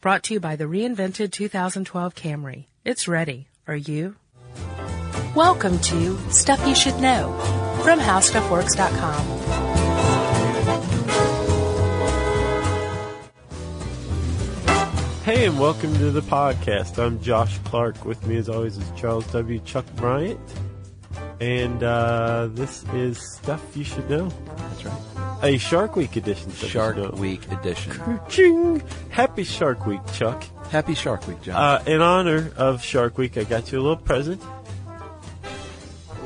Brought to you by the reinvented 2012 Camry. It's ready. Are you? Welcome to Stuff You Should Know from HowStuffWorks.com. Hey, and welcome to the podcast. I'm Josh Clark. With me, as always, is Charles W. Chuck Bryant. And uh, this is Stuff You Should Know, That's right. a Shark Week edition. Stuff You Should Shark Know. Week edition. Ching! Happy Shark Week, Chuck. Happy Shark Week, John. Uh, in honor of Shark Week, I got you a little present.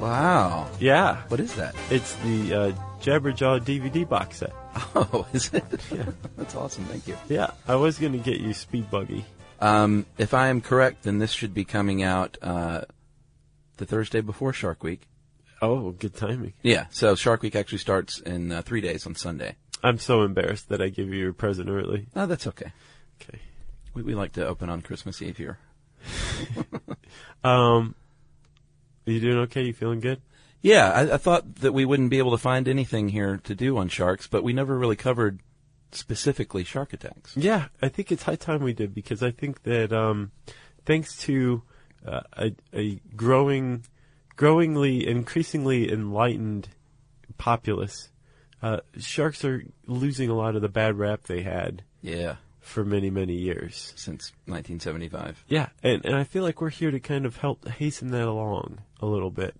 wow. Yeah, What is that? it's the uh, Jabberjaw DVD box set. Oh, is it? That's awesome. Thank you. Yeah, I was going to get you Speed Buggy. Um, if I am correct, then this should be coming out uh, the Thursday before Shark Week. Oh, good timing. Yeah. So Shark Week actually starts in uh, three days on Sunday. I'm so embarrassed that I gave you your present early. Oh, that's okay. Okay. We, we like to open on Christmas Eve here. Um, you doing okay? You feeling good? Yeah, I, I thought that we wouldn't be able to find anything here to do on sharks, but we never really covered specifically shark attacks. Yeah, I think it's high time we did because I think that um, thanks to uh, a, a growing, growingly, increasingly enlightened populace, uh, sharks are losing a lot of the bad rap they had Yeah, for many, many years. since 1975. Yeah, and, and I feel like we're here to kind of help hasten that along a little bit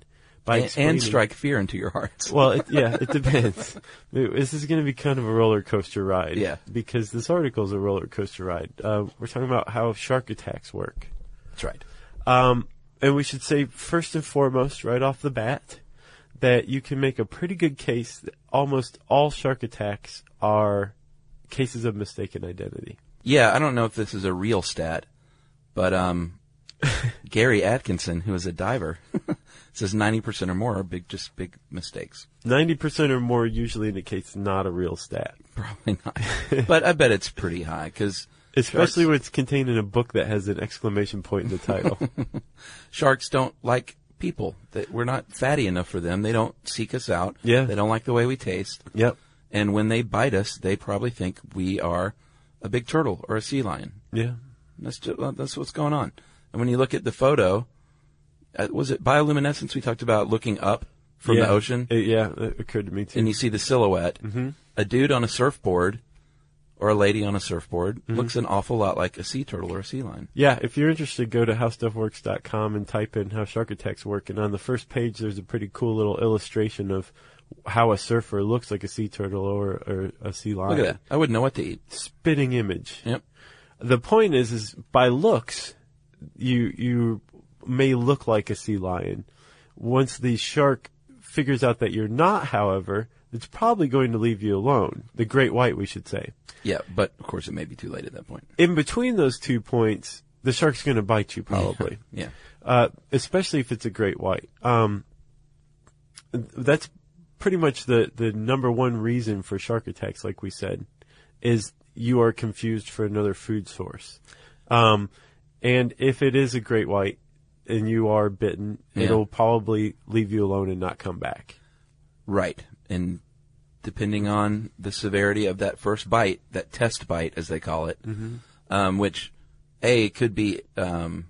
by And, explaining- and strike fear into your hearts. Well, it, yeah, it depends. this is going to be kind of a roller coaster ride. Yeah. Because this article is a roller coaster ride. Uh, we're talking about how shark attacks work. That's right. Um, and we should say first and foremost, right off the bat, that you can make a pretty good case that almost all shark attacks are cases of mistaken identity. Yeah, I don't know if this is a real stat, but um, Gary Atkinson, who is a diver, says ninety percent or more are big, just big mistakes. 90% or more usually indicates not a real stat. Probably not, but I bet it's pretty high because Especially when it's contained in a book that has an exclamation point in the title. sharks don't like people. That we're not fatty enough for them. They don't seek us out. Yeah. they don't like the way we taste. yep. And when they bite us, they probably think we are a big turtle or a sea lion. Yeah. That's ju- well, that's what's going on. And when you look at the photo, uh, was it bioluminescence we talked about looking up from Yeah. the ocean? It- Mm-hmm. yeah, it occurred to me too. and you see the silhouette, a dude on a surfboard or a lady on a surfboard Mm-hmm. looks an awful lot like a sea turtle or a sea lion. Yeah, if you're interested, go to howstuffworks.com and type in how shark attacks work. And on the first page, there's a pretty cool little illustration of how a surfer looks like a sea turtle or, or a sea lion. Look at that. I wouldn't know what to eat. Spitting image. Yep. The point is, is by looks, you you may look like a sea lion. Once the shark figures out that you're not, however, it's probably going to leave you alone. The great white, we should say. Yeah, but of course it may be too late at that point. In between those two points, the shark's going to bite you probably. Yeah. uh, especially if it's a great white. Um, th- that's pretty much the, the number one reason for shark attacks, like we said, is you are confused for another food source. Um, and if it is a great white and you are bitten, Yeah. it'll probably leave you alone and not come back. Right. And depending on the severity of that first bite, that test bite, as they call it, Mm-hmm. um, which A, could be, um,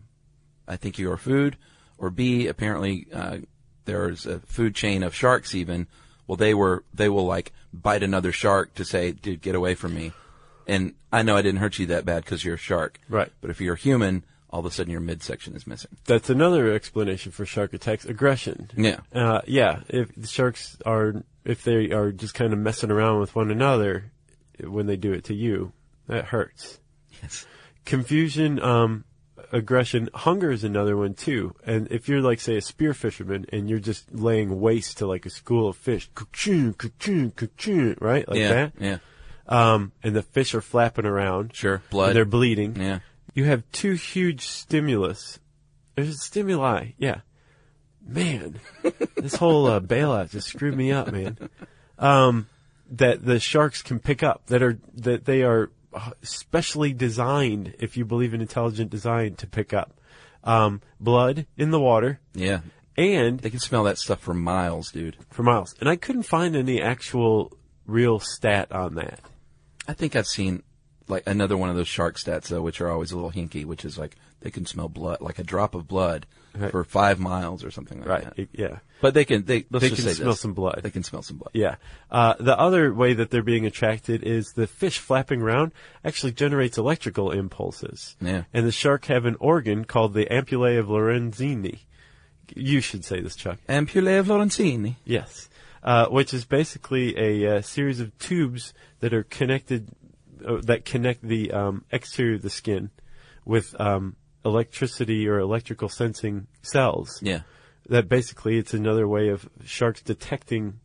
I think your food, or B, apparently, uh, there's a food chain of sharks even. Well, they were, they will like bite another shark to say, dude, get away from me. And I know I didn't hurt you that bad because you're a shark. Right. But if you're a human, all of a sudden your midsection is missing. That's another explanation for shark attacks: aggression. Yeah. Uh, yeah, if the sharks are, if they are just kind of messing around with one another when they do it to you, that hurts. Yes. Confusion, um, aggression, hunger is another one too. And if you're like, say, a spear fisherman and you're just laying waste to like a school of fish, ka-choon, ka-choon, ka-choon, right? Like yeah. that. Yeah. Um, and the fish are flapping around. Sure. And Blood. they're bleeding yeah. you have two huge stimulus. There's stimuli, yeah. Man, this whole uh, bailout just screwed me up, man. Um, that the sharks can pick up that are that they are uh, specially designed, if you believe in intelligent design, to pick up um, blood in the water Yeah. and They can smell that stuff for miles, dude. for miles. And I couldn't find any actual real stat on that. I think I've seen like another one of those shark stats though, which are always a little hinky, which is like they can smell blood, like a drop of blood for five miles or something like Right. that. It- yeah. But they can they let's They just can say smell this. some blood. They can smell some blood. Yeah. Uh, the other way that they're being attracted is the fish flapping around actually generates electrical impulses. Yeah. And the shark have an organ called the ampullae of Lorenzini. You should say this, Chuck. Ampullae of Lorenzini. Yes. Uh, which is basically a uh, series of tubes that are connected, uh, that connect the um, exterior of the skin with um, electricity or electrical sensing cells. Yeah. That basically it's another way of sharks detecting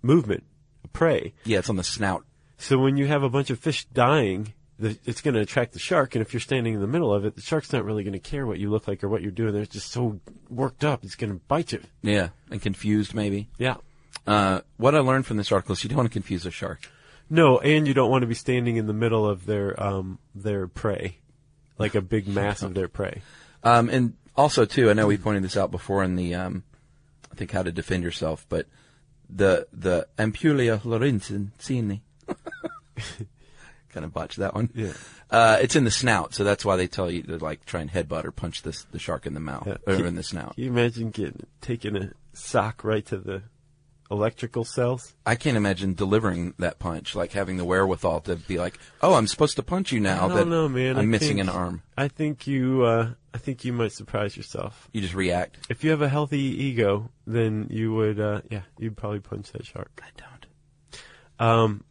movement, prey. Yeah, it's on the snout. So when you have a bunch of fish dying, the, it's going to attract the shark. And if you're standing in the middle of it, the shark's not really going to care what you look like or what you're doing. They're just so worked up, it's going to bite you. Yeah. And confused maybe. Yeah. Uh, what I learned from this article is you don't want to confuse a shark. No, and you don't want to be standing in the middle of their um their prey, like a big mass of their prey. Um, and also too, I know we pointed this out before in the, um, I think how to defend yourself, but the, the Ampulia Lorenzini. kind of botched that one. Yeah. Uh, it's in the snout, so that's why they tell you to like try and headbutt or punch this, the shark in the mouth Yeah. or in the snout. Can you imagine getting taking a sock right to the electrical cells? I can't imagine delivering that punch, like having the wherewithal to be like, oh, I'm supposed to punch you now I that don't know, man. I'm I missing think- an arm. I think you uh I think you might surprise yourself. You just react. If you have a healthy ego, then you would uh yeah, you'd probably punch that shark. I don't. Um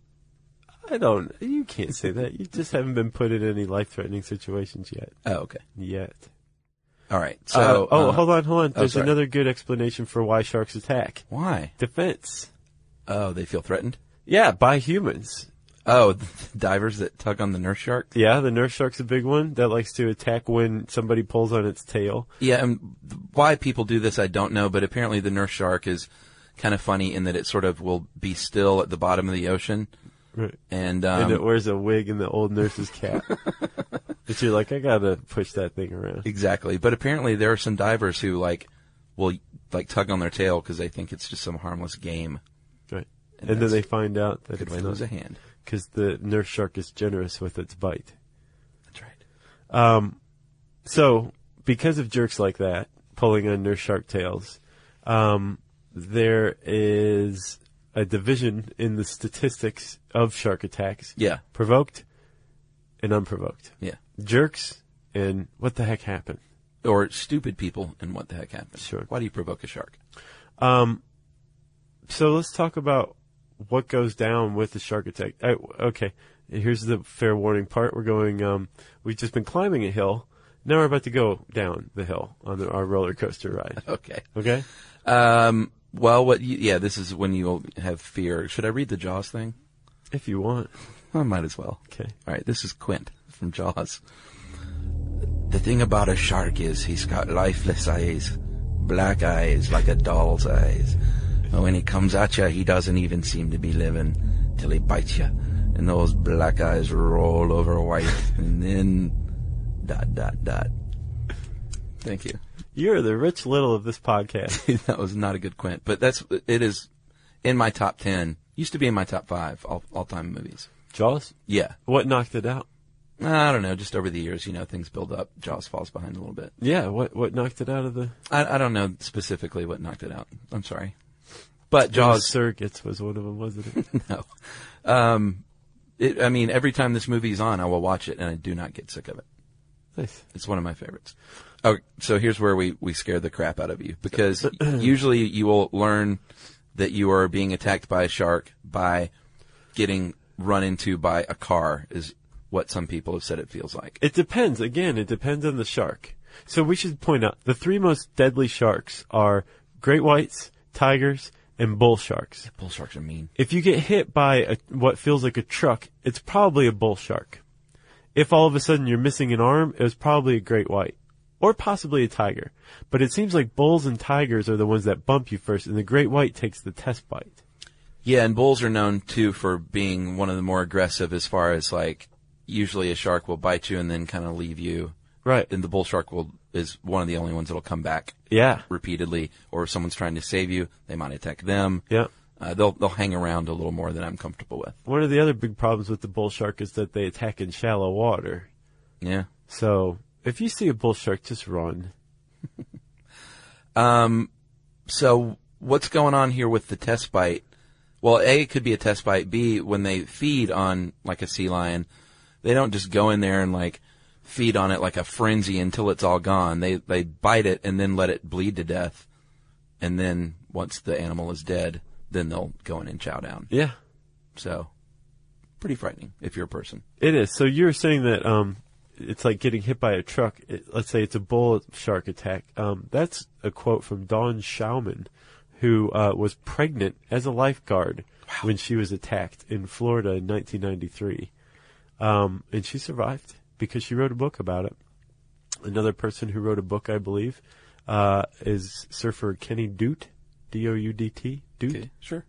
I don't you can't say that. You just haven't been put in any life threatening situations yet. Oh, okay. Yet. All right. So, Uh, oh, uh, hold on, hold on. oh, There's sorry. another good explanation for why sharks attack. Why? Defense. Oh, they feel threatened. Yeah, by humans. Oh, the divers that tug on the nurse shark. Yeah, the nurse shark's a big one that likes to attack when somebody pulls on its tail. Yeah, and why people do this, I don't know, but apparently the nurse shark is kind of funny in that it sort of will be still at the bottom of the ocean, Right. and And um, it wears a wig and the old nurse's cap. but you're like, I gotta push that thing around. exactly. But apparently there are some divers who like will like tug on their tail because they think it's just some harmless game. Right. And, And then that's they find out that Could it's we lose a not. hand? Because the nurse shark is generous with its bite. That's right. So, because of jerks like that pulling on nurse shark tails, um, there is a division in the statistics of shark attacks. Yeah, Provoked and unprovoked. yeah. Jerks and what the heck happened? Or stupid people, and what the heck happened? Sure. Why do you provoke a shark? So let's talk about what goes down with the shark attack. I, okay, here's the fair warning part. We're going, um, we've just been climbing a hill. Now we're about to go down the hill on the, our roller coaster ride. Okay. Okay? Um. Well, what? You, yeah, this is when you'll have fear. Should I read the Jaws thing? If you want. I might as well. Okay. All right, this is Quint from Jaws. The thing about a shark is he's got lifeless eyes, black eyes like a doll's eyes. And when he comes at you, he doesn't even seem to be living till he bites you, and those black eyes roll over white, and then dot dot dot. Thank you. You're the rich little of this podcast. that was not a good Quint, but that's it is in my top ten. Used to be in my top five all all time movies. Jaws? Yeah, What knocked it out? I don't know. Just over the years, you know, things build up. Jaws falls behind a little bit. Yeah, what what knocked it out of the I, I don't know specifically what knocked it out. I'm sorry, but Jaws. Surrogates was one of them, wasn't it? No. Um, it, I mean, every time this movie's on, I will watch it, and I do not get sick of it. nice. It's one of my favorites. Oh, so here's where we we scare the crap out of you because usually you will learn that you are being attacked by a shark by getting run into by a car is what some people have said it feels like. It depends. Again, it depends on the shark. So we should point out the three most deadly sharks are great whites, tigers, and bull sharks. Bull sharks are mean. If you get hit by a, what feels like a truck, it's probably a bull shark. If all of a sudden you're missing an arm, it was probably a great white. Or possibly a tiger. But it seems like bulls and tigers are the ones that bump you first, and the great white takes the test bite. Yeah, and bulls are known too for being one of the more aggressive as far as like usually a shark will bite you and then kind of leave you. Right. And the bull shark will is one of the only ones that'll come back Yeah. repeatedly or if someone's trying to save you, they might attack them. Yeah. Uh, they'll they'll hang around a little more than I'm comfortable with. One of the other big problems with the bull shark is that they attack in shallow water. Yeah. So if you see a bull shark, just run. So what's going on here with the test bite? Well, A, it could be a test bite. B, when they feed on like a sea lion, they don't just go in there and like feed on it like a frenzy until it's all gone. They, they bite it and then let it bleed to death. And then once the animal is dead, then they'll go in and chow down. Yeah, So pretty frightening if you're a person. it is. So you were saying that um, it's like getting hit by a truck. It, let's say it's a bull shark attack. Um, that's a quote from Dawn Schauman, who uh, was pregnant as a lifeguard when she was attacked in Florida in 1993, um, and she survived because she wrote a book about it. Another person who wrote a book, I believe, uh, is surfer Kenny Doot, D O U D T, Doot. Mm-hmm. Sure.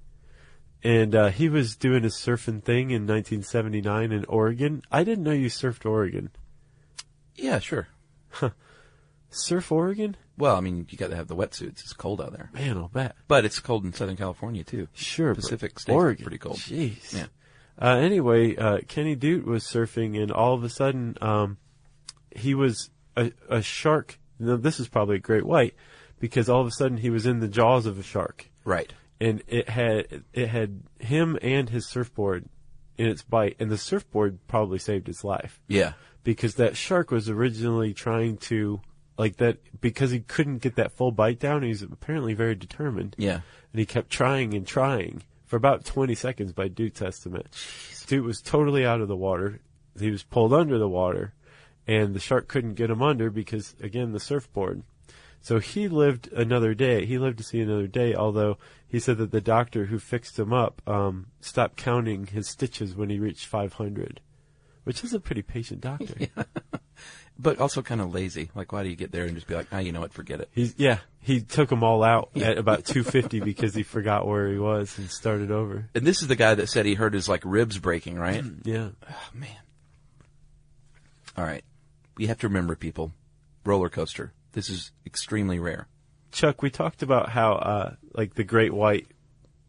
and uh, he was doing his surfing thing in 1979 in Oregon. I didn't know you surfed Oregon. Yeah, sure. Surf Oregon? Well, I mean, you got to have the wetsuits. It's cold out there, Man, I'll bet. but it's cold in Southern California too. Sure, but Pacific states are Oregon, pretty cold. Jeez. Yeah. Uh, anyway, uh, Kenny Dude was surfing, and all of a sudden, um, he was a, a shark. Now, this is probably a great white because all of a sudden he was in the jaws of a shark, Right. and it had it had him and his surfboard in its bite, and the surfboard probably saved his life. Yeah. because that shark was originally trying to like that because he couldn't get that full bite down he's apparently very determined Yeah. and he kept trying and trying for about 20 seconds by dude's estimate dude was totally out of the water he was pulled under the water and the shark couldn't get him under because again the surfboard so he lived another day he lived to see another day although he said that the doctor who fixed him up um, stopped counting his stitches when he reached 500 which is a pretty patient doctor But also kind of lazy. Like, why do you get there and just be like, ah, you know what? Forget it. He's yeah. He took them all out at about 250 because he forgot where he was and started over. And this is the guy that said he heard his like ribs breaking, right? Yeah. oh, man. All right. We have to remember people. Roller coaster. This is extremely rare. Chuck, we talked about how uh like the great white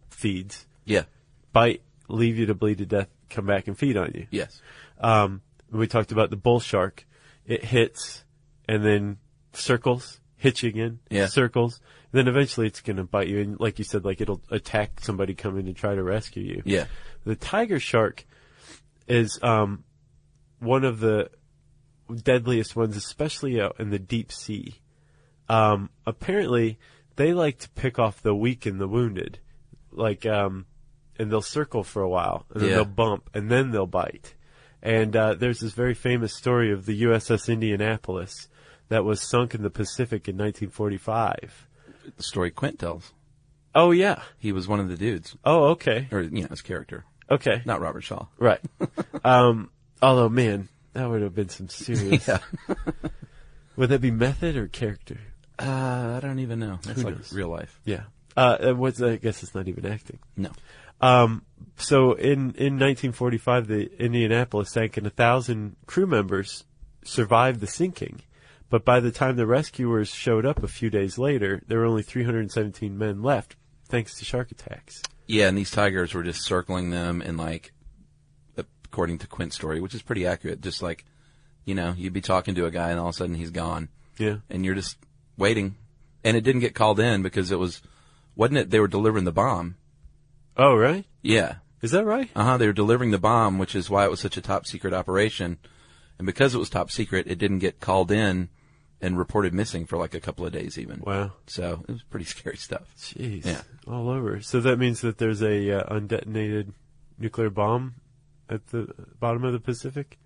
feeds Yeah. bite, leave you to bleed to death, come back and feed on you. Yes. Um, we talked about the bull shark. It hits and then circles, hits you again, Yeah. circles. then eventually it's going to bite you. And like you said, like it'll attack somebody coming to try to rescue you. Yeah. The tiger shark is um, one of the deadliest ones, especially out in the deep sea. Um, apparently, they like to pick off the weak and the wounded, like, um, and they'll circle for a while, and then Yeah. they'll bump, and then they'll bite. And uh, there's this very famous story of the USS Indianapolis that was sunk in the Pacific in 1945. The story Quint tells. Oh yeah. He was one of the dudes, Oh okay. or you know, his character, Okay. not Robert Shaw. Right. um, although, man, that would have been some serious. Yeah. Would that be method or character? Uh, I don't even know. That's Who like knows? real life. Yeah. Uh, it was, I guess it's not even acting. No. Um, so in, in 1945, the Indianapolis sank and a thousand crew members survived the sinking. But by the time the rescuers showed up a few days later, there were only 317 men left thanks to shark attacks. Yeah, and these tigers were just circling them and like, according to Quint's story, which is pretty accurate, just like, you know, you'd be talking to a guy and all of a sudden he's gone Yeah. and you're just waiting. And it didn't get called in because it was, wasn't it? They were delivering the bomb. Oh, right? Yeah. Is that right? Uh huh. They were delivering the bomb, which is why it was such a top secret operation. And because it was top secret, it didn't get called in and reported missing for like a couple of days even. Wow. So it was pretty scary stuff. Jeez. Yeah. All over. So that means that there's a uh, undetonated nuclear bomb at the bottom of the Pacific?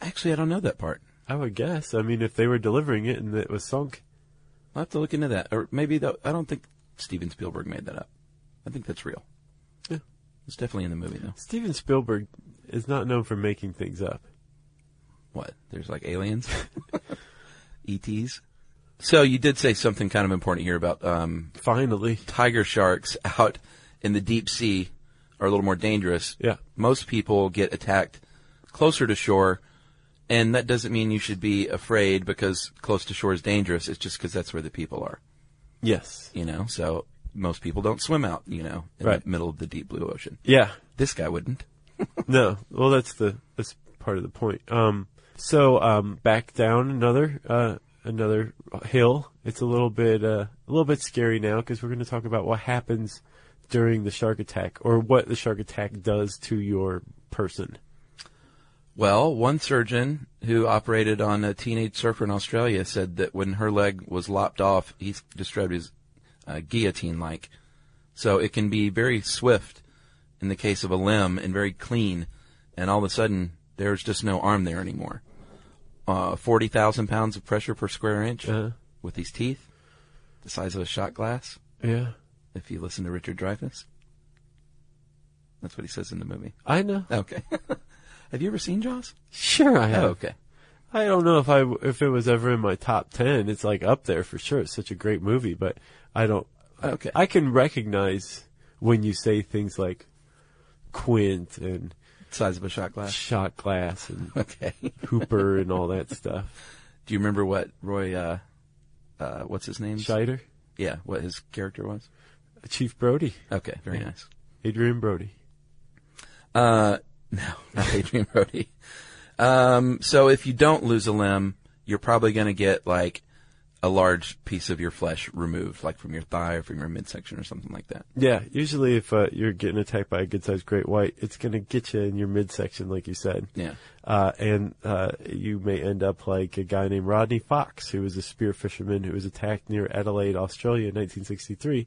Actually, I don't know that part. I would guess. I mean, if they were delivering it and it was sunk. I'll have to look into that. Or maybe that, I don't think Steven Spielberg made that up. I think that's real. Yeah. It's definitely in the movie though. Steven Spielberg is not known for making things up. What? There's like aliens? ETs? So you did say something kind of important here about, um, Finally. tiger sharks out in the deep sea are a little more dangerous. Yeah. Most people get attacked closer to shore. And that doesn't mean you should be afraid because close to shore is dangerous. It's just because that's where the people are, Yes. you know? So most people don't swim out, you know, in Right. the middle of the deep blue ocean. Yeah. This guy wouldn't. No. Well, that's the that's part of the point. Um, so um, back down another uh, another hill. It's a little bit uh, a little bit scary now because we're going to talk about what happens during the shark attack or what the shark attack does to your person. Well, one surgeon who operated on a teenage surfer in Australia said that when her leg was lopped off, he s- described it as uh, guillotine-like. So it can be very swift in the case of a limb and very clean, and all of a sudden there's just no arm there anymore. Uh, 40,000 pounds of pressure per square inch Uh-huh. with these teeth, the size of a shot glass, Yeah, if you listen to Richard Dreyfuss. That's what he says in the movie. I know. Okay. have you ever seen Jaws? Sure, I have. Oh, okay. I don't know if I if it was ever in my top ten. It's like up there for sure. It's such a great movie, but I don't. Okay. I can recognize when you say things like Quint and size of a shot glass. shot glass and Okay. Hooper and all that stuff. Do you remember what Roy, uh, uh, what's his name? Scheider, Yeah, what his character was? Chief Brody, Okay, very nice. Adrian Brody. Uh, no, not Adrian Brody. Um, so if you don't lose a limb, you're probably going to get like a large piece of your flesh removed, like from your thigh or from your midsection or something like that. Yeah, usually if uh, you're getting attacked by a good-sized great white, it's gonna get you in your midsection, like you said. Yeah. Uh, and uh, you may end up like a guy named Rodney Fox, who was a spear fisherman who was attacked near Adelaide, Australia in 1963.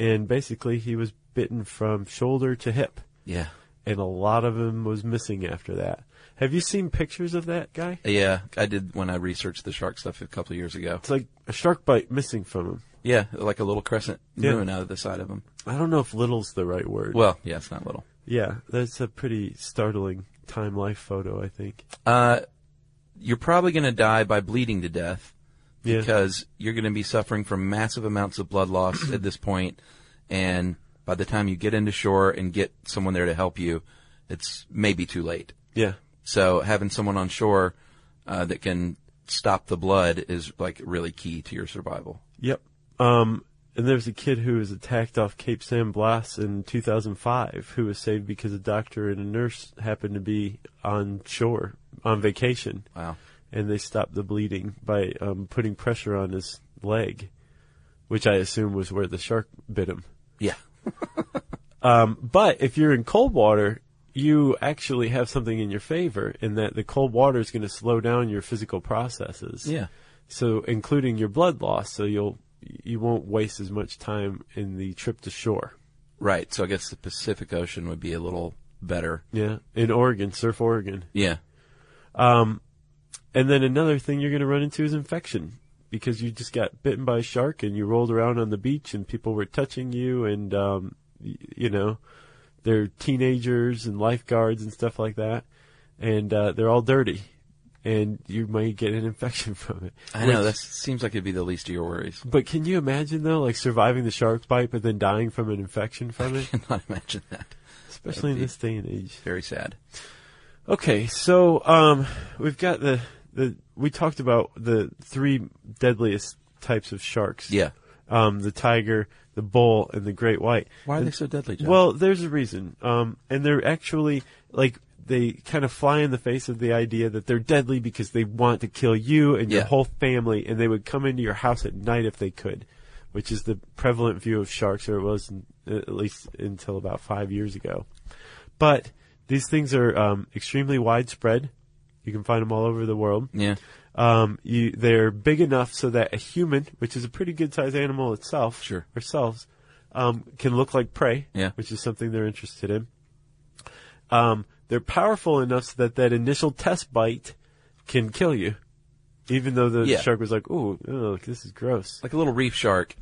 And basically, he was bitten from shoulder to hip, Yeah. and a lot of him was missing after that. Have you seen pictures of that guy? Yeah, I did when I researched the shark stuff a couple of years ago. It's like a shark bite missing from him. Yeah, like a little crescent Yeah. moon out of the side of him. I don't know if little's the right word. Well, yeah, it's not little. yeah, that's a pretty startling time life photo, I think. Uh, you're probably going to die by bleeding to death Yeah. because you're going to be suffering from massive amounts of blood loss at this point, and by the time you get into shore and get someone there to help you, it's maybe too late. yeah. So having someone on shore uh, that can stop the blood is like really key to your survival. Yep. Um, and there's a kid who was attacked off Cape San Blas in 2005 who was saved because a doctor and a nurse happened to be on shore on vacation Wow. and they stopped the bleeding by um, putting pressure on his leg, which I assume was where the shark bit him. Yeah. But if you're in cold water, you actually have something in your favor in that the cold water is going to slow down your physical processes. Yeah. So including your blood loss, so you'll you won't waste as much time in the trip to shore. Right. So I guess the Pacific Ocean would be a little better. Yeah, in Oregon, surf Oregon. Yeah. And then another thing you're going to run into is infection because you just got bitten by a shark and you rolled around on the beach and people were touching you and, um, y- you know, they're teenagers and lifeguards and stuff like that. And, uh, they're all dirty and you might get an infection from it. I know. Which- That seems like it'd be the least of your worries. But can you imagine though, like surviving the shark bite but then dying from an infection from it? Cannot imagine that. Especially in be- this day and age. Very sad. Okay, so um, we've got the the we talked about the three deadliest types of sharks. Yeah. Um, the tiger, the bull, and the great white. Why are they so deadly, John? Well, there's a reason. Um, and they're actually like they kind of fly in the face of the idea that they're deadly because they want to kill you and your Yeah. whole family, and they would come into your house at night if they could, which is the prevalent view of sharks, or it was in, at least until about five years ago. But these things are um, extremely widespread. You can find them all over the world. yeah. Um, you, they're big enough so that a human, which is a pretty good sized animal itself, Sure. ourselves, um, can look like prey, Yeah. which is something they're interested in. Um, they're powerful enough so that that initial test bite can kill you, even though the Yeah. shark was like, "Ooh, ugh, this is gross." Like a little reef shark,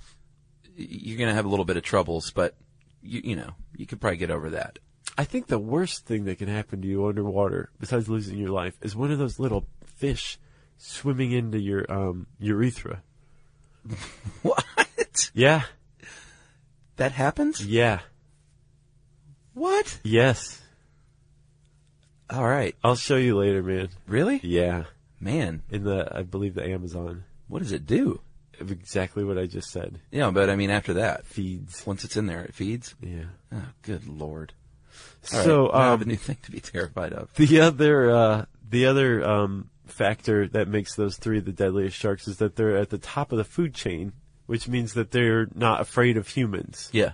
y- you're going to have a little bit of troubles, but you, you know, you could probably get over that. I think the worst thing that can happen to you underwater, besides losing your life, is one of those little fish swimming into your um, urethra. What? Yeah, That happens? yeah, What? yes. All right. I'll show you later, man. Really? Yeah, Man, in the I believe the Amazon. what does it do? of exactly what I just said. Yeah, but I mean, after that, Feeds. once it's in there, it feeds. Yeah. Oh, good lord! All right, So now I have a um, new thing to be terrified of. the other uh, the other um, factor that makes those three the deadliest sharks is that they're at the top of the food chain, which means that they're not afraid of humans. Yeah,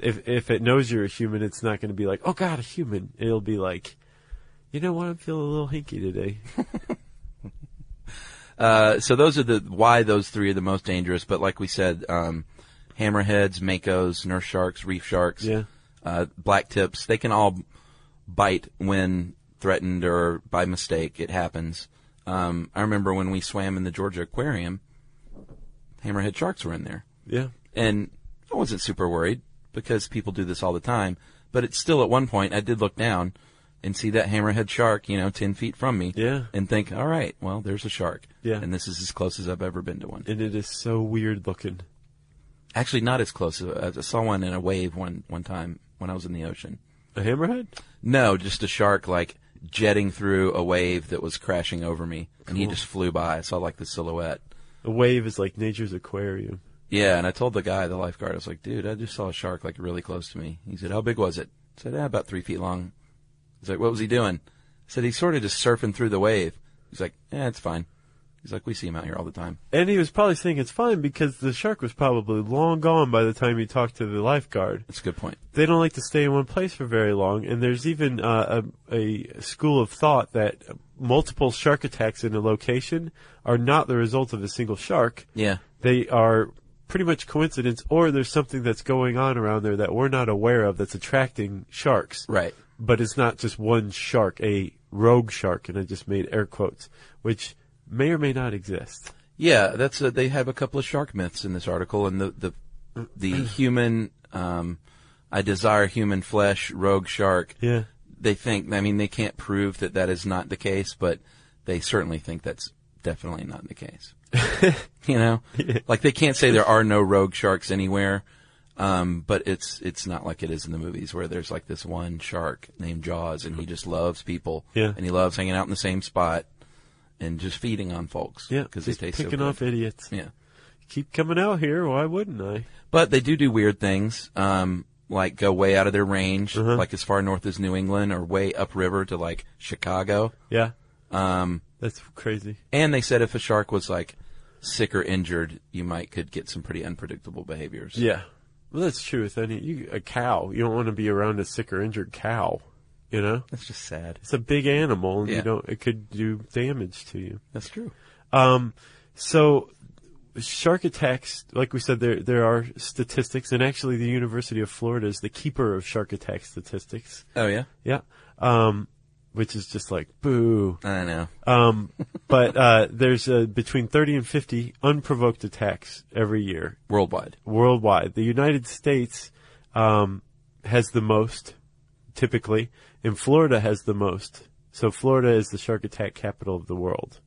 If if it knows you're a human, it's not going to be like, oh god, a human. It'll be like, you know what, I'm feeling a little hinky today. Uh, so those are the why those three are the most dangerous. But like we said, um, hammerheads, makos, nurse sharks, reef sharks, Yeah. uh, black tips, they can all bite when threatened or by mistake. It happens. Um, I remember when we swam in the Georgia Aquarium, hammerhead sharks were in there, yeah, and I wasn't super worried because people do this all the time. But it's still at one point I did look down and see that hammerhead shark, you know, ten feet from me yeah. and think, all right, well, there's a shark. Yeah. And this is as close as I've ever been to one. And it is so weird looking. Actually, not as close. uh, I I saw one in a wave one, one time when I was in the ocean. A hammerhead? No, just a shark like jetting through a wave that was crashing over me. And he Cool. just flew by. I saw like the silhouette. A wave is like nature's aquarium. Yeah. And I told the guy, the lifeguard, I was like, dude, I just saw a shark like really close to me. He said, how big was it? I said, ah, about three feet long. He's like, what was he doing? I said, he's sort of just surfing through the wave. He's like, yeah, it's fine. He's like, we see him out here all the time. And he was probably saying it's fine because the shark was probably long gone by the time he talked to the lifeguard. That's a good point. they don't like to stay in one place for very long. And there's even uh, a, a school of thought that multiple shark attacks in a location are not the result of a single shark. Yeah. They are pretty much coincidence, or there's something that's going on around there that we're not aware of that's attracting sharks. Right. But it's not just one shark, a rogue shark, and I just made air quotes, which may or may not exist. Yeah, that's a, they have a couple of shark myths in this article, and the the the human um, I desire human flesh rogue shark. Yeah. They think I mean they can't prove that that is not the case, but they certainly think that's definitely not the case. you know, like they can't say there are no rogue sharks anywhere. Um, but it's it's not like it is in the movies where there's like this one shark named Jaws and he just loves people Yeah. and he loves hanging out in the same spot and just feeding on folks Yeah. because they just taste so picking good. off idiots. Yeah. Keep coming out here. Why wouldn't I? But they do do weird things, um, like go way out of their range, Uh-huh. like as far north as New England or way upriver to like Chicago. Yeah. Um, That's crazy. and they said if a shark was like sick or injured, you might could get some pretty unpredictable behaviors. Yeah. Well, that's true with any you, a cow. You don't want to be around a sick or injured cow. You know, That's just sad. it's a big animal, and you Yeah. don't. It could do damage to you. That's true. Um, so shark attacks, like we said, there there are statistics, and actually, the University of Florida is the keeper of shark attack statistics. Oh yeah. Yeah. Um, which is just like boo. I know. Um, but uh, there's uh, between 30 and 50 unprovoked attacks every year, Worldwide. worldwide. The United States um, has the most, typically, and Florida has the most. So Florida is the shark attack capital of the world.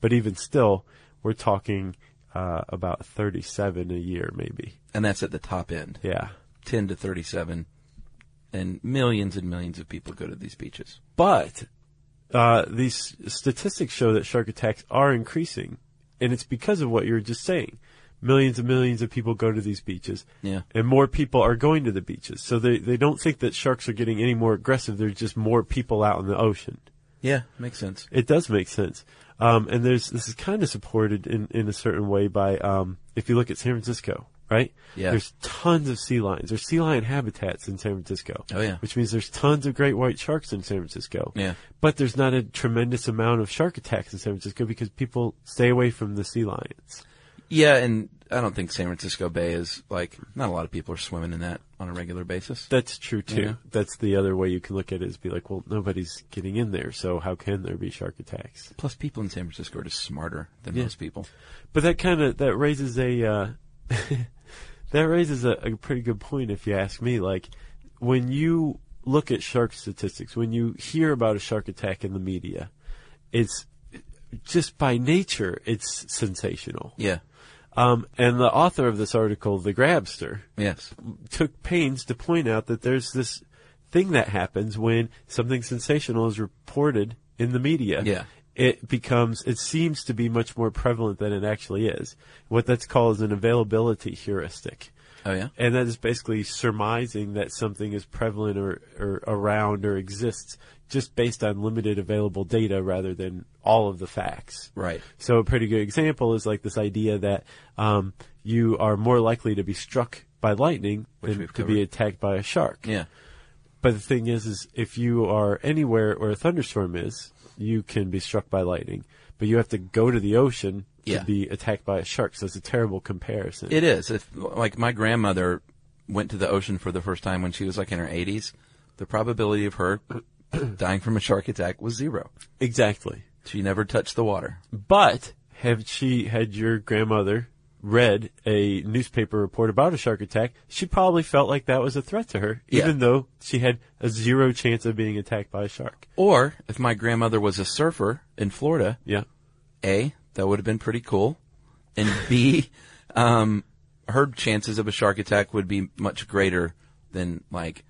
But even still, we're talking uh, about 37 a year, maybe. And that's at the top end. Yeah. 10 to 37. And millions and millions of people go to these beaches. But uh, these statistics show that shark attacks are increasing, and it's because of what you were just saying. Millions and millions of people go to these beaches. Yeah. and more people are going to the beaches. So they, they don't think that sharks are getting any more aggressive. There's just more people out in the ocean. Yeah. Makes sense. It does make sense. Um, and there's this is kind of supported in, in a certain way by um, if you look at San Francisco, right? Yeah. There's tons of sea lions. There's sea lion habitats in San Francisco. Oh, yeah. Which means there's tons of great white sharks in San Francisco. Yeah. But there's not a tremendous amount of shark attacks in San Francisco because people stay away from the sea lions. Yeah, and I don't think San Francisco Bay is like not a lot of people are swimming in that on a regular basis. That's true too. Yeah. That's the other way you can look at it is be like, well, nobody's getting in there, so how can there be shark attacks? Plus, people in San Francisco are just smarter than Yeah. most people. But that kind of that raises a uh, that raises a, a pretty good point if you ask me. Like when you look at shark statistics, when you hear about a shark attack in the media, it's just by nature it's sensational. Yeah. Um, and the author of this article, the Grabster, Yes. took pains to point out that there's this thing that happens when something sensational is reported in the media. Yeah. it becomes it seems to be much more prevalent than it actually is. What that's called is an availability heuristic. Oh yeah. And that is basically surmising that something is prevalent or, or around or exists just based on limited available data rather than all of the facts. Right. So a pretty good example is like this idea that um, you are more likely to be struck by lightning Which than we've to be covered. attacked by a shark. Yeah. But the thing is, is if you are anywhere where a thunderstorm is, you can be struck by lightning. But you have to go to the ocean Yeah. to be attacked by a shark. So it's a terrible comparison. It is. If like my grandmother went to the ocean for the first time when she was like in her 80s, the probability of her dying from a shark attack was zero. exactly. She never touched the water. But had she had your grandmother read a newspaper report about a shark attack, she probably felt like that was a threat to her, Yeah. even though she had a zero chance of being attacked by a shark. Or if my grandmother was a surfer in Florida, Yeah. A, that would have been pretty cool. And B, um, her chances of a shark attack would be much greater than like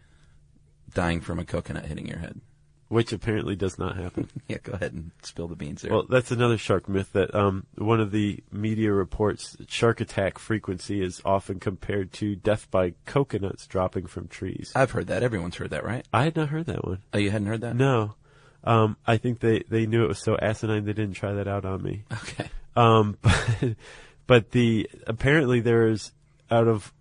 dying from a coconut hitting your head. Which apparently does not happen. Yeah, go ahead and spill the beans there. Well, that's another shark myth that um, one of the media reports that shark attack frequency is often compared to death by coconuts dropping from trees. I've heard that. Everyone's heard that, right? I had not heard that one. Oh, you hadn't heard that? No. Um, I think they, they knew it was so asinine they didn't try that out on me. Okay. Um, but, but the apparently there's out of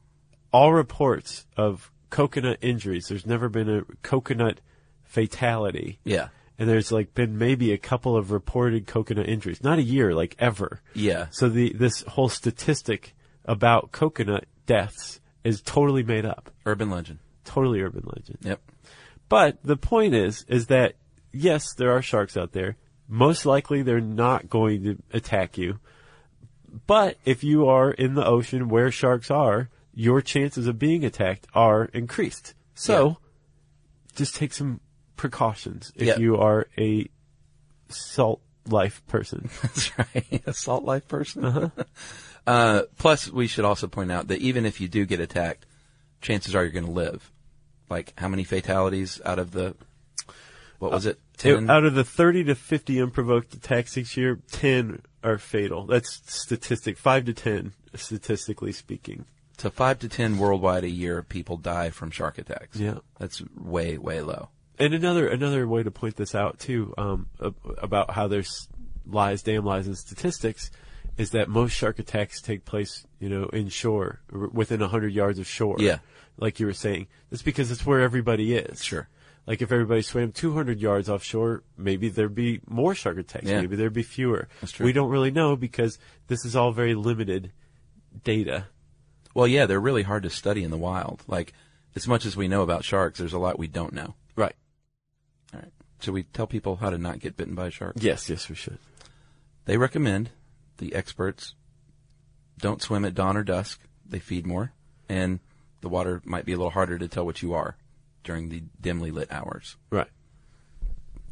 all reports of coconut injuries, there's never been a coconut fatality. Yeah. And there's like been maybe a couple of reported coconut injuries, not a year, like ever. Yeah. So the this whole statistic about coconut deaths is totally made up, Urban legend. totally urban legend. Yep. But the point is, is that yes, there are sharks out there. Most likely, they're not going to attack you. But if you are in the ocean where sharks are, your chances of being attacked are increased. So, Yeah. just take some precautions if Yeah. you are a salt life person. That's right. A salt life person. uh plus, we should also point out that even if you do get attacked, chances are you're going to live. Like, how many fatalities out of the, what was Uh, it? It- out of the 30 to 50 unprovoked attacks each year, 10 are fatal. That's statistic 5 to 10 statistically speaking. So five to ten worldwide a year people die from shark attacks. Yeah. That's way, way low. And another another way to point this out too um, ab- about how there's lies, damn lies, and statistics is that most shark attacks take place, you know, inshore, r- within hundred yards of shore. Yeah. like you were saying, that's because it's where everybody is. Sure. Like if everybody swam 200 yards offshore, maybe there'd be more shark attacks. Yeah. Maybe there'd be fewer. That's true. We don't really know because this is all very limited data. Well, yeah, they're really hard to study in the wild. Like, as much as we know about sharks, there's a lot we don't know. Right. All right. So we tell people how to not get bitten by a shark. Yes. Yes, we should. They recommend the experts don't swim at dawn or dusk. They feed more, and the water might be a little harder to tell what you are during the dimly lit hours. Right.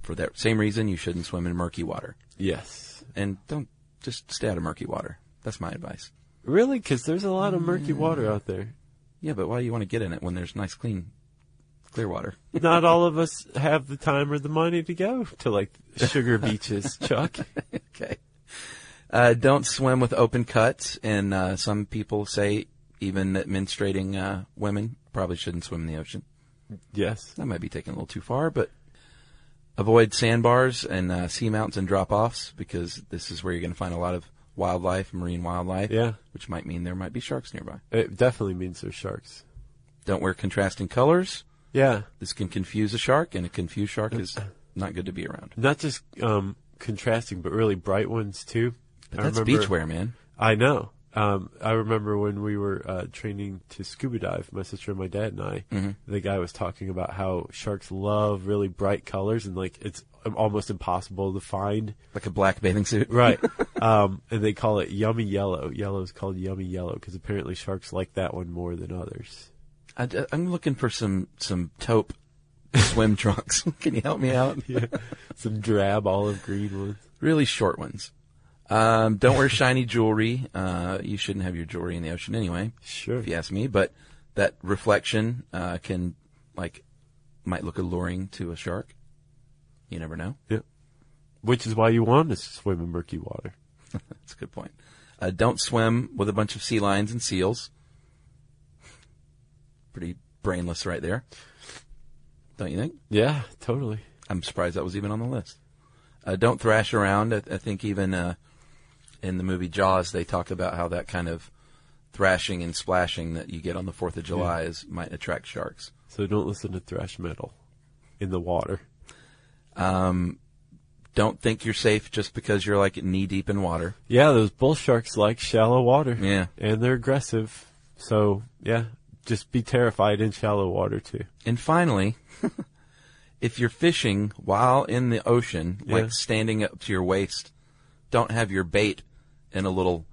For that same reason, you shouldn't swim in murky water, Yes. and don't just stay out of murky water. That's my advice. Really? Because there's a lot of murky Mm. water out there. Yeah, but why do you want to get in it when there's nice, clean, clear water? Not all of us have the time or the money to go to like sugar beaches, Chuck. okay. Uh, don't swim with open cuts, and uh, some people say even that menstruating uh, women probably shouldn't swim in the ocean. Yes. That might be taken a little too far, but avoid sandbars and uh, seamounts and drop-offs because this is where you're going to find a lot of wildlife, marine wildlife. Yeah. Which might mean there might be sharks nearby. It definitely means there's sharks. Don't wear contrasting colors. Yeah. This can confuse a shark, and a confused shark is not good to be around. Not just um, contrasting, but really bright ones too. But that's beachwear, man. I know. Um, I remember when we were uh, training to scuba dive, my sister and my dad and I. The guy was talking about how sharks love really bright colors, and like it's almost impossible to find. Like a black bathing suit. Right. um, and they call it yummy yellow. Yellow is called yummy yellow because apparently sharks like that one more than others. I, am looking for some some taupe swim trunks. Can you help me out? Some drab olive green ones. Really short ones. Um, don't wear shiny jewelry. Uh, you shouldn't have your jewelry in the ocean anyway, Sure. if you ask me. But that reflection uh, can like might look alluring to a shark. You never know. Yeah. which is why you want to swim in murky water. That's a good point. Uh, don't swim with a bunch of sea lions and seals. Pretty brainless right there. Don't you think? Yeah, totally. I'm surprised that was even on the list. Uh, don't thrash around. I, I think even uh, in the movie Jaws, they talk about how that kind of thrashing and splashing that you get on the Fourth of July is might attract sharks. So don't listen to thrash metal in the water. Don't think you're safe just because you're like knee deep in water. Yeah, those bull sharks like shallow water. Yeah. And they're aggressive. So, yeah, just be terrified in shallow water too. And finally, if you're fishing while in the ocean, Yeah. like standing up to your waist, don't have your bait in a little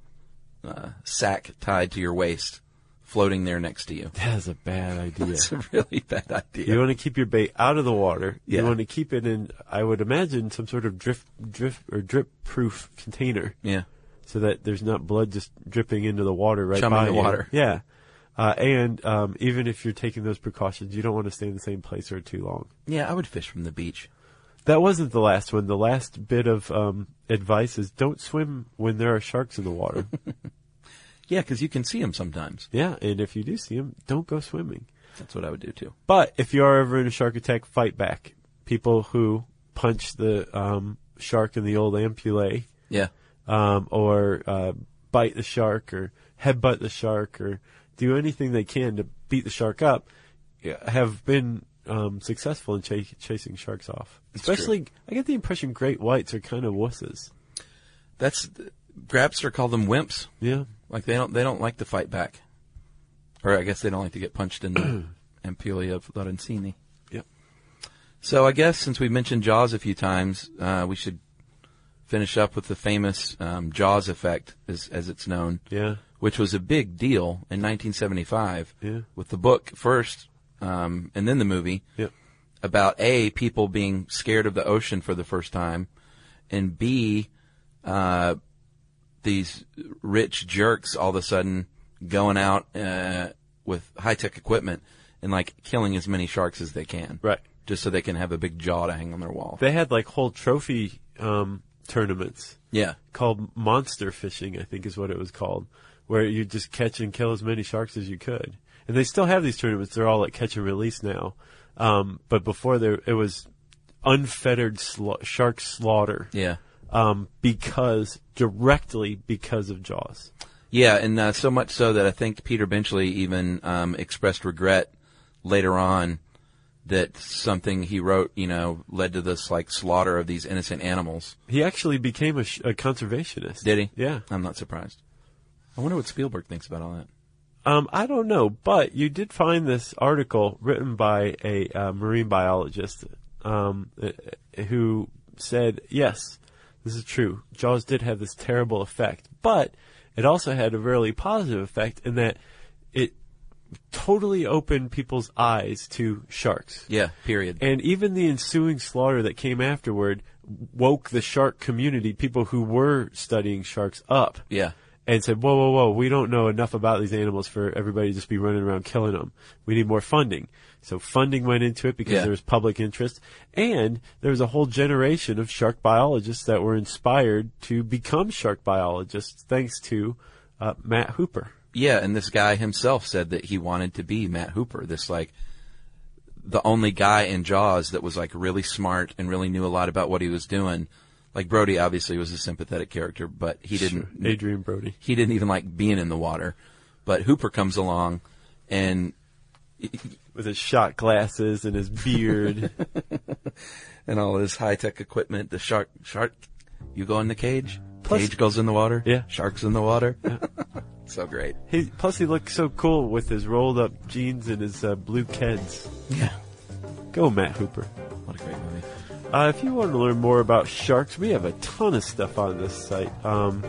uh, sack tied to your waist floating there next to you. That is a bad idea. It's a really bad idea. You want to keep your bait out of the water. Yeah. You want to keep it in, I would imagine, some sort of drift, drift or drip-proof container, yeah. so that there's not blood just dripping into the water right Chumming by the you. water. Yeah, uh, and um, even if you're taking those precautions, you don't want to stay in the same place for too long. Yeah, I would fish from the beach. That wasn't the last one. The last bit of um, advice is don't swim when there are sharks in the water. Yeah, because you can see them sometimes. yeah, and if you do see them, don't go swimming. That's what I would do too. But if you are ever in a shark attack, fight back. People who punch the um, shark in the old ampullae Yeah. um, or uh, bite the shark or headbutt the shark or do anything they can to beat the shark up yeah, have been um, successful in ch- chasing sharks off. true. Especially, I get the impression great whites are kind of wusses. That's Grabster call them wimps. Yeah. Like they don't they don't like to fight back. Or I guess they don't like to get punched in the ampulla of Lorenzini. Yep. So I guess since we mentioned Jaws a few times, uh, we should finish up with the famous um, Jaws effect, as, as it's known, Yeah. which was a big deal in 1975 Yeah. with the book first um, and then the movie Yep. about A, people being scared of the ocean for the first time, and B, uh, these rich jerks all of a sudden going out uh, with high tech equipment and like killing as many sharks as they can. Right. Just so they can have a big jaw to hang on their wall. They had like whole trophy um, tournaments yeah. called monster fishing, I think is what it was called, where you just catch and kill as many sharks as you could. And they still have these tournaments. They're all like catch and release now. Um, but before there, it was unfettered sla- shark slaughter. Yeah. Um, because directly because of Jaws. Yeah, and uh, so much so that I think Peter Benchley even um, expressed regret later on that something he wrote, you know, led to this like slaughter of these innocent animals. He actually became a, sh- a conservationist. Did he? Yeah. I'm not surprised. I wonder what Spielberg thinks about all that. Um, I don't know, but you did find this article written by a uh, marine biologist um, uh, who said, yes, this is true. Jaws did have this terrible effect, but it also had a really positive effect in that it totally opened people's eyes to sharks. Yeah, period. And even the ensuing slaughter that came afterward woke the shark community, people who were studying sharks, up yeah. and said, "Whoa, whoa, whoa! We don't know enough about these animals for everybody to just be running around killing them. We need more funding." So funding went into it because Yeah. there was public interest, and there was a whole generation of shark biologists that were inspired to become shark biologists thanks to uh, Matt Hooper. Yeah, and this guy himself said that he wanted to be Matt Hooper, this like the only guy in Jaws that was like really smart and really knew a lot about what he was doing. Like Brody obviously was a sympathetic character, but he didn't Adrian Brody. he didn't even like being in the water. But Hooper comes along and With his shot glasses and his beard. and all this high tech equipment, the shark shark you go in the cage, Plus- cage goes in the water, Yeah. sharks in the water. so great. he, plus, he looked so cool with his rolled up jeans and his uh, blue Keds. Yeah. Go, Matt Hooper. What a great movie. Uh, if you want to learn more about sharks, we have a ton of stuff on this site. Um,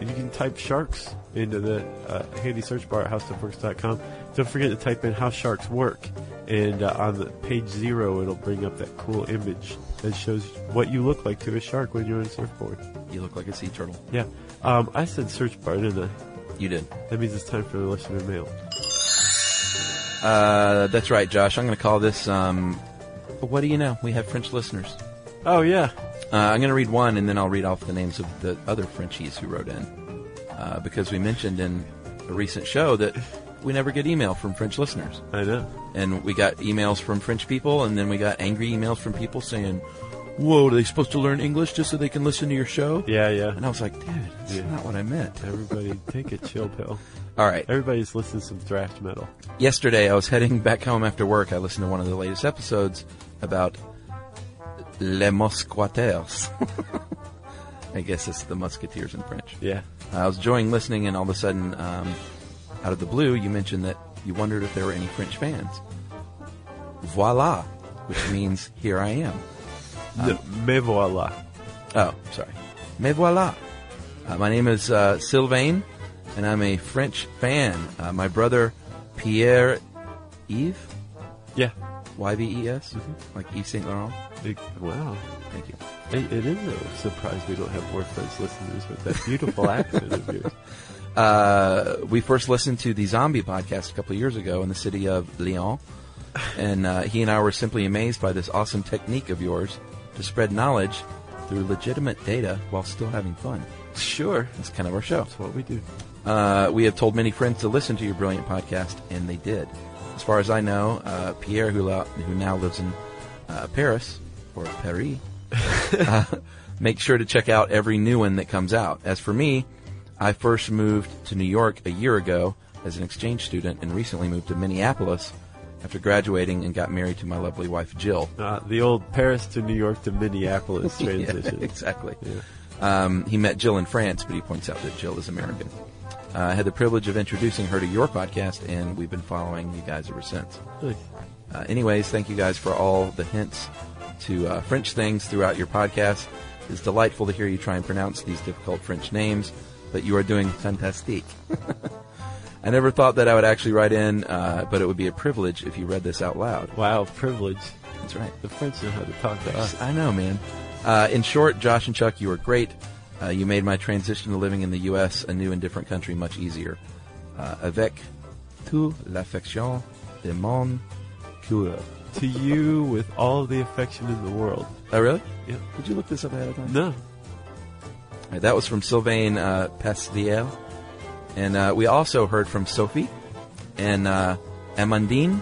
you can type sharks into the uh, handy search bar at howstuffworks.com. Don't forget to type in how sharks work, and uh, on the page zero, it'll bring up that cool image that shows what you look like to a shark when you're on a surfboard. You look like a sea turtle. Yeah, um, I said search bar, didn't I? You did. That means it's time for the listener mail. Uh, that's right, Josh. I'm going to call this. Um, what do you know? We have French listeners. Oh yeah, Uh, I'm going to read one, and then I'll read off the names of the other Frenchies who wrote in, uh, because we mentioned in a recent show that we never get email from French listeners, I know. and we got emails from French people, and then we got angry emails from people saying, "Whoa, are they supposed to learn English just so they can listen to your show?" Yeah, yeah. And I was like, "Dude, that's Yeah. not what I meant." Everybody, take a chill pill. All right. Everybody's listening to some thrash metal. Yesterday, I was heading back home after work. I listened to one of the latest episodes about Les Mousquetaires. I guess it's the Musketeers in French. Yeah. I was enjoying listening, and all of a sudden, um, out of the blue, you mentioned that you wondered if there were any French fans. Voila, which means here I am. The- me voila. Oh, sorry. Mais voila. Uh, my name is uh, Sylvain, and I'm a French fan. Uh, my brother, Pierre Yves, Yeah. Y V E S, like Yves Saint Laurent. It- wow. Thank you. It, it is a surprise we don't have more French listeners with that beautiful accent of yours. Uh, we first listened to the Zombie podcast a couple years ago in the city of Lyon, and uh, he and I were simply amazed by this awesome technique of yours to spread knowledge through legitimate data while still having fun. Sure. That's kind of our show. That's what we do. Uh, we have told many friends to listen to your brilliant podcast, and they did. As far as I know, uh, Pierre, who, lo- who now lives in uh, Paris, or Paris, uh, make sure to check out every new one that comes out. As for me, I first moved to New York a year ago as an exchange student and recently moved to Minneapolis after graduating and got married to my lovely wife, Jill. Uh, the old Paris to New York to Minneapolis transition. Yeah, exactly. Um, he met Jill in France, but he points out that Jill is American. Uh, I had the privilege of introducing her to your podcast, and we've been following you guys ever since. Nice. Uh, anyways, thank you guys for all the hints to uh, French things throughout your podcast. It's delightful to hear you try and pronounce these difficult French names, but you are doing fantastique. I never thought that I would actually write in, uh, but it would be a privilege if you read this out loud. Wow, privilege. That's right. The French know how to talk to us. I know, man. Uh, in short, Josh and Chuck, you are great. Uh, you made my transition to living in the U.S., a new and different country, much easier. Uh, avec tout l'affection de mon cœur. to you with all the affection in the world. Oh, really? Yeah. Did you look this up ahead of time? No. All right, that was from Sylvain uh, Pastiel. And uh, we also heard from Sophie and uh, Amandine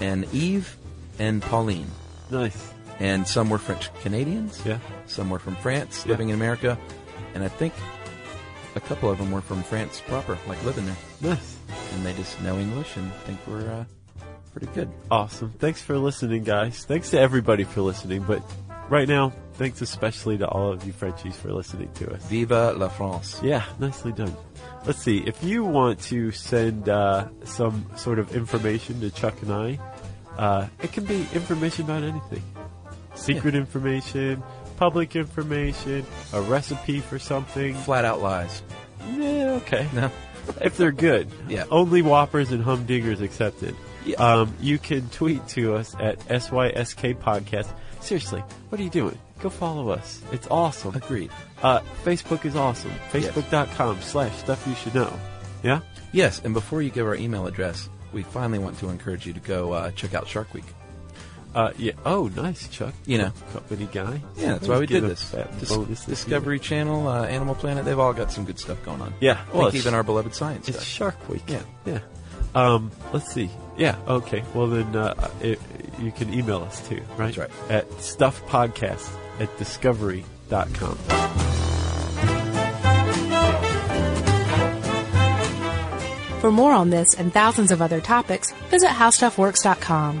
and Eve and Pauline. Nice. And some were French Canadians. Yeah. Some were from France, Yeah. living in America, and I think a couple of them were from France proper, like living there, Nice. and they just know English and think we're uh, pretty good. Awesome. Thanks for listening, guys. Thanks to everybody for listening, but right now, thanks especially to all of you Frenchies for listening to us. Viva la France! Yeah, nicely done. Let's see. If you want to send uh, some sort of information to Chuck and I, uh, it can be information about anything secret information, public information, a recipe for something. Flat out lies. Yeah, okay. No, if they're good. Yeah. Only Whoppers and Humdingers accepted. Yeah. Um, you can tweet to us at SYSK Podcast. Seriously, what are you doing? Go follow us. It's awesome. agreed. Uh, Facebook is awesome. Yes. Facebook.com slash stuff you should know. Yeah? Yes, and before you give our email address, we finally want to encourage you to go uh, check out Shark Week. Uh, yeah. Oh, nice, Chuck. You know. Company guy. Yeah, that's why we Give did a this. fat Dis- bonus this Discovery year. Channel, uh, Animal Planet, they've all got some good stuff going on. Yeah, I well, think it's- even our beloved science It's stuff. Shark Week. Yeah. Yeah. Um, let's see. Yeah. Okay. Well, then uh, it, you can email us too, right? That's right. At stuffpodcast at discovery.com. For more on this and thousands of other topics, visit howstuffworks.com.